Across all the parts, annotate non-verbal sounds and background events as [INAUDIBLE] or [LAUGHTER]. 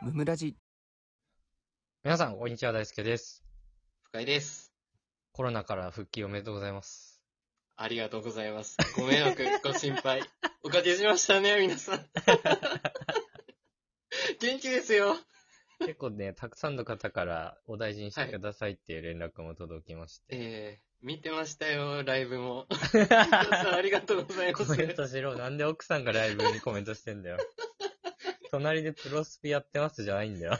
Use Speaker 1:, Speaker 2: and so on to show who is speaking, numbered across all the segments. Speaker 1: ムムラジ
Speaker 2: 皆さん、こんにちは、大輔です。
Speaker 3: 深井です。
Speaker 2: コロナから復帰おめでとうございます。
Speaker 3: ありがとうございます。ご迷惑、ご心配。おかけしましたね、皆さん。 [LAUGHS] 元気ですよ。
Speaker 2: 結構ね、たくさんの方からお大事にしてくださいっていう連絡も届きま [LAUGHS] して。
Speaker 3: えー、見てましたよ、ライブも。皆さんありがとうございま
Speaker 2: コ
Speaker 3: す。
Speaker 2: メントしろ。なんで奥さんがライブにコメントしてんだよ。隣でプロスピやってますじゃないんだよ。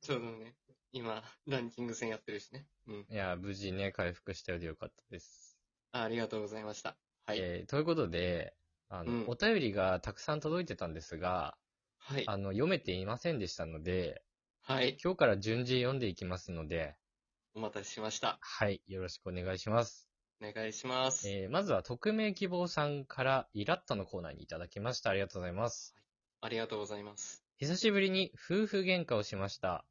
Speaker 3: ちょうどね、今、ランキング戦やってるしね。う
Speaker 2: [LAUGHS]
Speaker 3: ん。
Speaker 2: いや、無事ね、回復したようでよかったです。
Speaker 3: あありがとうございました。はい。
Speaker 2: えーということで、あの、
Speaker 3: うん
Speaker 2: お便りがたくさん届いてたんですが、
Speaker 3: はい。
Speaker 2: あの、読めていませんでしたので、
Speaker 3: はい。
Speaker 2: 今日から順次読んでいきますので、
Speaker 3: お待たせしました。
Speaker 2: はい、よろしくお願いします。
Speaker 3: お願いします。
Speaker 2: えーまずは匿名希望さんからイラッとのコーナーにいただきました。ありがとうございます。
Speaker 3: ありがとうございます。
Speaker 2: 久しぶりに夫婦喧嘩をしました。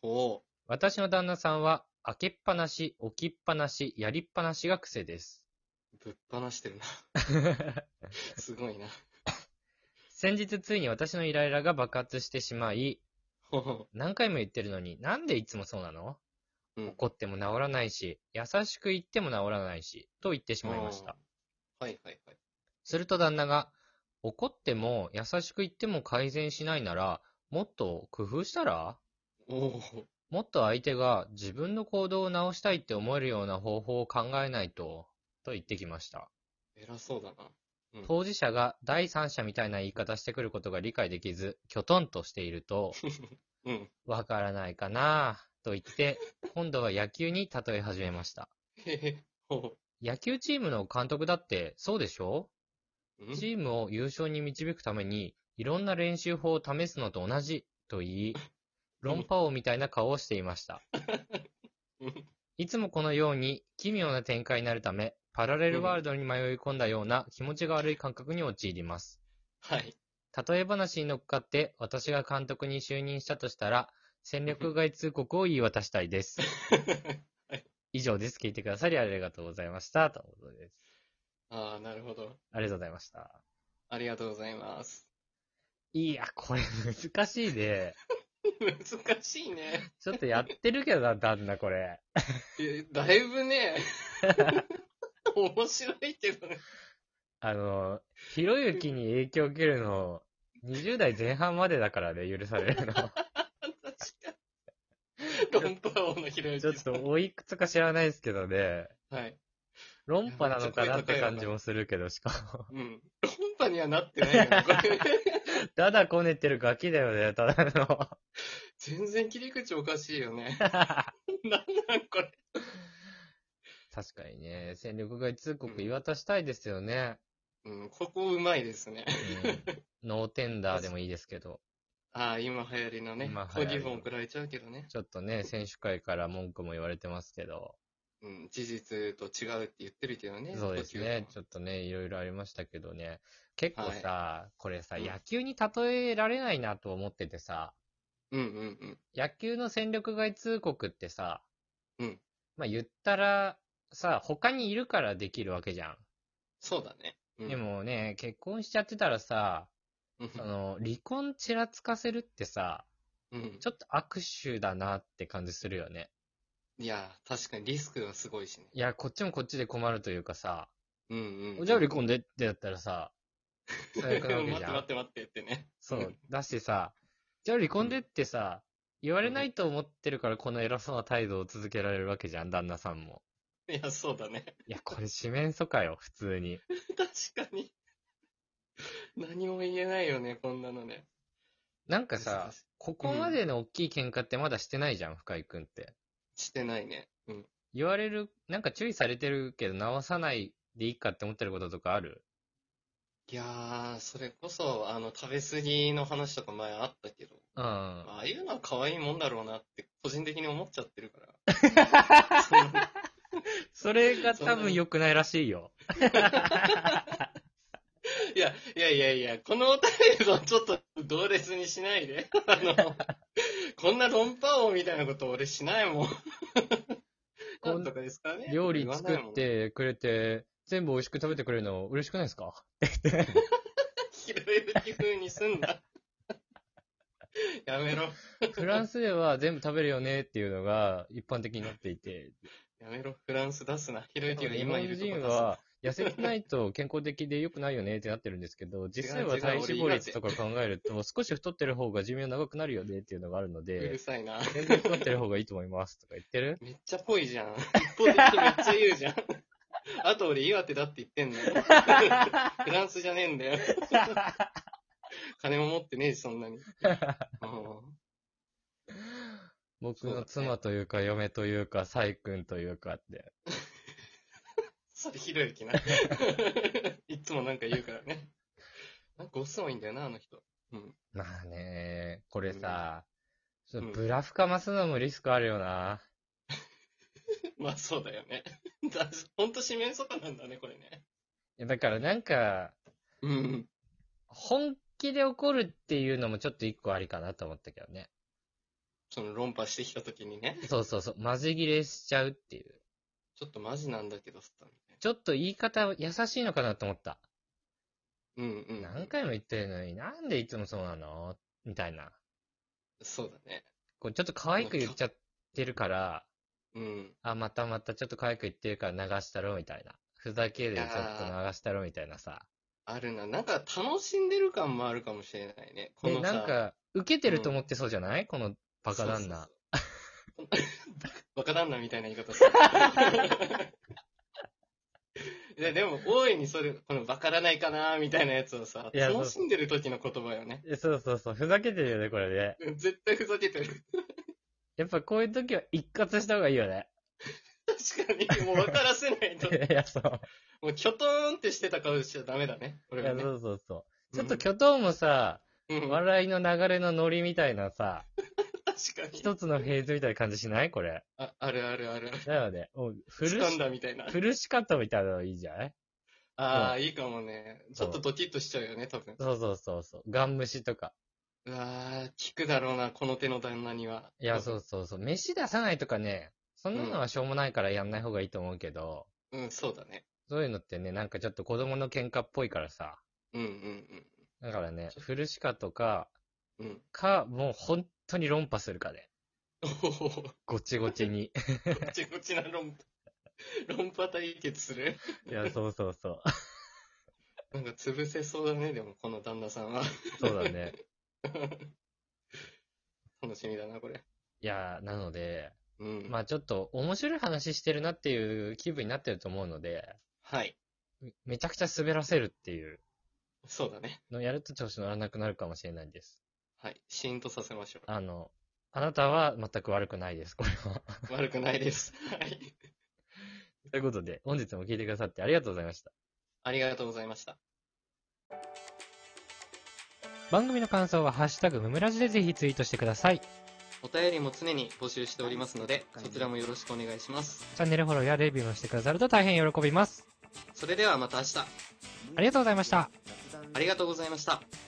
Speaker 3: ほ
Speaker 2: 私の旦那さんは開けっぱなし、置きっぱなし、やりっぱなしが癖です。
Speaker 3: う。ぶっ放してるな。
Speaker 2: [LAUGHS]
Speaker 3: すごいな。
Speaker 2: 先日ついに私のイライラが爆発してしまい、
Speaker 3: ほほ。
Speaker 2: 何回も言ってるのになんでいつもそうなの
Speaker 3: うん。
Speaker 2: 怒っても治らないし、優しく言っても治らないし、と言ってしまいました。
Speaker 3: あー。はいはいはい。
Speaker 2: すると旦那が、怒っても優しく言っても改善しないなら、もっと工夫したら
Speaker 3: おお。
Speaker 2: もっと相手が自分の行動を直したいって思えるような方法を考えないと、と言ってきました。
Speaker 3: 偉そうだな。うん
Speaker 2: 当事者が第三者みたいな言い方してくることが理解できず、きょとんとしている
Speaker 3: [LAUGHS]
Speaker 2: と、
Speaker 3: うん。
Speaker 2: わからないかなぁ、と言って、今度は野球に例え始めました。
Speaker 3: へへ。ほ
Speaker 2: 野球チームの監督だって、そうでしょ
Speaker 3: う。ん
Speaker 2: チームを優勝に導くために、いろんな練習法を試すのと同じ、と言い、論破王みたいな顔をしていました。
Speaker 3: うん
Speaker 2: いつもこのように奇妙な展開になるため、パラレルワールドに迷い込んだような気持ちが悪い感覚に陥ります。 [LAUGHS]
Speaker 3: はい。
Speaker 2: 例え話に乗っかって、私が監督に就任したとしたら、戦力外通告を言い渡したいです。以上です。聞いてくださりありがとうございました。ということです。
Speaker 3: ああ、なるほど。
Speaker 2: ありがとうございました。
Speaker 3: ありがとうございます。
Speaker 2: いや、これ難しいね。
Speaker 3: 難しいね。
Speaker 2: ちょっとやってるけどな、旦那これ。
Speaker 3: えだいぶね、面白いけどね。
Speaker 2: あの、ひろゆきに影響を受けるの、20代前半までだからね、許されるの。
Speaker 3: 確かに。論破王のひろゆき
Speaker 2: ちょっとおいくつか知らないですけどね、
Speaker 3: はい。
Speaker 2: 論破なのかなって感じもするけど、しか [LAUGHS]
Speaker 3: うん。論破にはなってないよね。これ
Speaker 2: も、ただこねてるガキだよね、ただの。
Speaker 3: 全然切り口おかしいよね。なんなんこれ。
Speaker 2: 確かにね、戦力外通告言い渡したいですよね。
Speaker 3: うん、ここうまいですね。
Speaker 2: うん、ノーテンダーでもいいですけど、
Speaker 3: ああ、今流行りのね
Speaker 2: 今、流
Speaker 3: コ
Speaker 2: 行り
Speaker 3: ギ
Speaker 2: の
Speaker 3: フォン食らえちゃうけどね。
Speaker 2: ちょっとね、選手会から文句も言われてますけど、
Speaker 3: うん、事実と違うって言ってるけどね。
Speaker 2: そうですね、
Speaker 3: 呼吸
Speaker 2: ちょっとね、いろいろありましたけどね、結構さ、これさ、
Speaker 3: うん
Speaker 2: 野球に例えられないなと思っててさ、
Speaker 3: うんうん
Speaker 2: 野球の戦力外通告ってさ、
Speaker 3: うん
Speaker 2: まあ言ったら、さ、他にいるからできるわけじゃん。
Speaker 3: そうだね。うん
Speaker 2: で、もね、結婚しちゃってたらさ、
Speaker 3: うん
Speaker 2: その、離婚ちらつかせるってさ、
Speaker 3: うん
Speaker 2: ち、ょっと握手だなって感じするよね。
Speaker 3: いや、確かにリスクがすごいしね。
Speaker 2: いや、こっちもこっちで困るというかさ、
Speaker 3: うんうん。
Speaker 2: じゃあ離婚でってやったらさ、最悪なわ
Speaker 3: [LAUGHS] 待
Speaker 2: け
Speaker 3: っ
Speaker 2: じ
Speaker 3: て
Speaker 2: ゃん
Speaker 3: 待って待ってってね。
Speaker 2: そう。だしさ、じゃあ離婚でってさ、言われないと思ってるからこの偉そうな態度を続けられるわけじゃん、旦那さんも。
Speaker 3: いや、そうだね。 [LAUGHS]
Speaker 2: いや、これ四面楚歌よ、普通に。
Speaker 3: 確かに。何も言えないよね、こんなのね。
Speaker 2: なんかさ
Speaker 3: 難しい、
Speaker 2: ここまでの大きい喧嘩ってまだしてないじゃん、深井くんって。
Speaker 3: してないね。うん。
Speaker 2: 言われる、なんか注意されてるけど直さないでいいかって思ってることとかある
Speaker 3: いやー、それこそ、あの、食べ過ぎの話とか前あったけど、
Speaker 2: うん。
Speaker 3: ああいうのは可愛いもんだろうなって、個人的に思っちゃってるから。そんな
Speaker 2: それが多分良くないらしいよ。
Speaker 3: いや、いやいやいや、このお便りとちょっと同列にしないで。あの、こんな論破王みたいなこと俺しないもん。
Speaker 2: こん
Speaker 3: なんとかですからね。
Speaker 2: 料理作
Speaker 3: 言わないも
Speaker 2: っ
Speaker 3: ん。
Speaker 2: てくれて、全部美味しく食べてくれるの嬉しくないですか
Speaker 3: ひろゆき風にすんだ。やめろ。
Speaker 2: フランスでは全部食べるよねっていうのが一般的になっていて、
Speaker 3: やめろ。フランス出すな。ひろゆきが
Speaker 2: 日
Speaker 3: 今い
Speaker 2: 本
Speaker 3: るとこ
Speaker 2: 人
Speaker 3: 出すな。
Speaker 2: は痩せてないと健康的で良くないよねってなってるんですけ
Speaker 3: [LAUGHS]
Speaker 2: ど、実際
Speaker 3: 違う
Speaker 2: は
Speaker 3: 違う
Speaker 2: 体脂肪
Speaker 3: 俺
Speaker 2: 率とか考えると、少し太ってる方が寿命長くなるよねっていうのがあるの
Speaker 3: うる
Speaker 2: で、
Speaker 3: さいな。
Speaker 2: 全然太ってる方がいいと思いますとか言って
Speaker 3: [LAUGHS]
Speaker 2: る
Speaker 3: めっちゃぽいじゃん。一方的にめっちゃ言うじ [LAUGHS] ゃん。あと俺岩手だって言ってんだ [LAUGHS] よ。フランスじゃねえんだよ。金も持ってねえし、そん [LAUGHS] なに。うん
Speaker 2: 僕の妻というか嫁というか、サイ君というかって。
Speaker 3: それひろゆきな。いつもなんか言うからね。なんか遅いんだよな、あの人。うん。
Speaker 2: まあね、これさ、ち
Speaker 3: ん
Speaker 2: ょっとブラフかますのもリスクあるよな。
Speaker 3: まあそうだよね。だほんと四面楚歌なんだね、これね。
Speaker 2: いやだからなんか、
Speaker 3: うん。
Speaker 2: 本気で怒るっていうのもちょっと一個ありかなと思ったけどね。
Speaker 3: その論破してきた時にね。
Speaker 2: そうそうそう、まじ切れしちゃうっていう。
Speaker 3: ちょっとマジなんだけどさ。
Speaker 2: ちょっと言い方優しいのかなと思った。
Speaker 3: うんうん。
Speaker 2: 何回も言ってるのになんでいつもそうなのみたいな。
Speaker 3: そうだね。
Speaker 2: こうちょっと可愛く言っちゃってるから、
Speaker 3: うん。
Speaker 2: あ、またまたちょっと可愛く言ってるから流したろみたいな。ふざけでちょっと流したろみたいなさ。
Speaker 3: あるな。なんか楽しんでる感もあるかもしれないね。こ
Speaker 2: で、
Speaker 3: のさ。
Speaker 2: なんか、受けてると思ってそうじゃない、このバカ
Speaker 3: そう
Speaker 2: 旦
Speaker 3: そうそ
Speaker 2: 那
Speaker 3: う。。バカ旦那みたいな言い方
Speaker 2: [LAUGHS]
Speaker 3: する。いやでも、大いにそれ、このバカらないかなみたいなやつをさ、
Speaker 2: いや
Speaker 3: 楽しんでる時の言葉よね。
Speaker 2: えそうそうそう、ふざけてるよね、これね。
Speaker 3: 絶対ふざけてる。
Speaker 2: やっぱこういう時は一括した方がいいよね。 [LAUGHS]
Speaker 3: 確かに、もう分からせないと。
Speaker 2: いや、そう。
Speaker 3: もう、キョトーンってしてた顔しちゃダメだね。俺
Speaker 2: いや、
Speaker 3: は
Speaker 2: そ
Speaker 3: ね。
Speaker 2: うそうそう。ちょっと挙動もさ、
Speaker 3: うん、うん、確
Speaker 2: 笑いの流れのノリみたいなさ、
Speaker 3: かに。
Speaker 2: 一つのフェーズみたいな感じしないこれ。
Speaker 3: あ、あるあるあるある。
Speaker 2: だよね。もう、フル
Speaker 3: 掴ん
Speaker 2: し、
Speaker 3: だみたいな。
Speaker 2: フルシカトみたいなのいいじゃない
Speaker 3: ああ、いいかもね。ちょっとドキッとしちゃうよね、多分。
Speaker 2: そうそうそうそう。ガン虫とか。
Speaker 3: うわー、聞くだろうな、この手の旦那には。
Speaker 2: いや、そうそうそう。飯出さないとかね、そんなのはしょうもないからやんない方がいいと思うけど、
Speaker 3: うん、そうだね。
Speaker 2: そういうのってね、なんかちょっと子供の喧嘩っぽいからさ。
Speaker 3: うんうん
Speaker 2: だからね、フルシカとか、
Speaker 3: うん。うん。
Speaker 2: か、もう本当に論破するかね。
Speaker 3: おお、こ
Speaker 2: ごちごちに。
Speaker 3: っちこっちな論破、論破対決する。
Speaker 2: [LAUGHS] いや、そうそうそう。
Speaker 3: なんか潰せそうだね、でも、この旦那さんは。
Speaker 2: そうだね。
Speaker 3: 楽しみだな、これ。
Speaker 2: いやー、なので、
Speaker 3: うん。
Speaker 2: まあちょっと面白い話してるなっていう気分になってると思うので、
Speaker 3: はい。
Speaker 2: めめちゃくちゃ滑らせるっていう
Speaker 3: そうだね。
Speaker 2: のをやると調子乗らなくなるかもしれないです。
Speaker 3: はい。シーンとさせましょ
Speaker 2: あの、あなたは全く悪くないです、これは。 [LAUGHS]
Speaker 3: う。悪くないです。はい。
Speaker 2: ということで、本日も聞いてくださってありがとうございました。
Speaker 3: ありがとうございました。
Speaker 2: 番組の感想はハッシュタグムムラジでぜひツイートしてください。チ
Speaker 3: お便りも常に募集しておりますので、そちらもよろしくお願いします。
Speaker 2: ャンネルフォローやレビューもしてくださると大変喜びます。
Speaker 3: それではまた明日、
Speaker 2: ありがとうございました。
Speaker 3: ありがとうございました。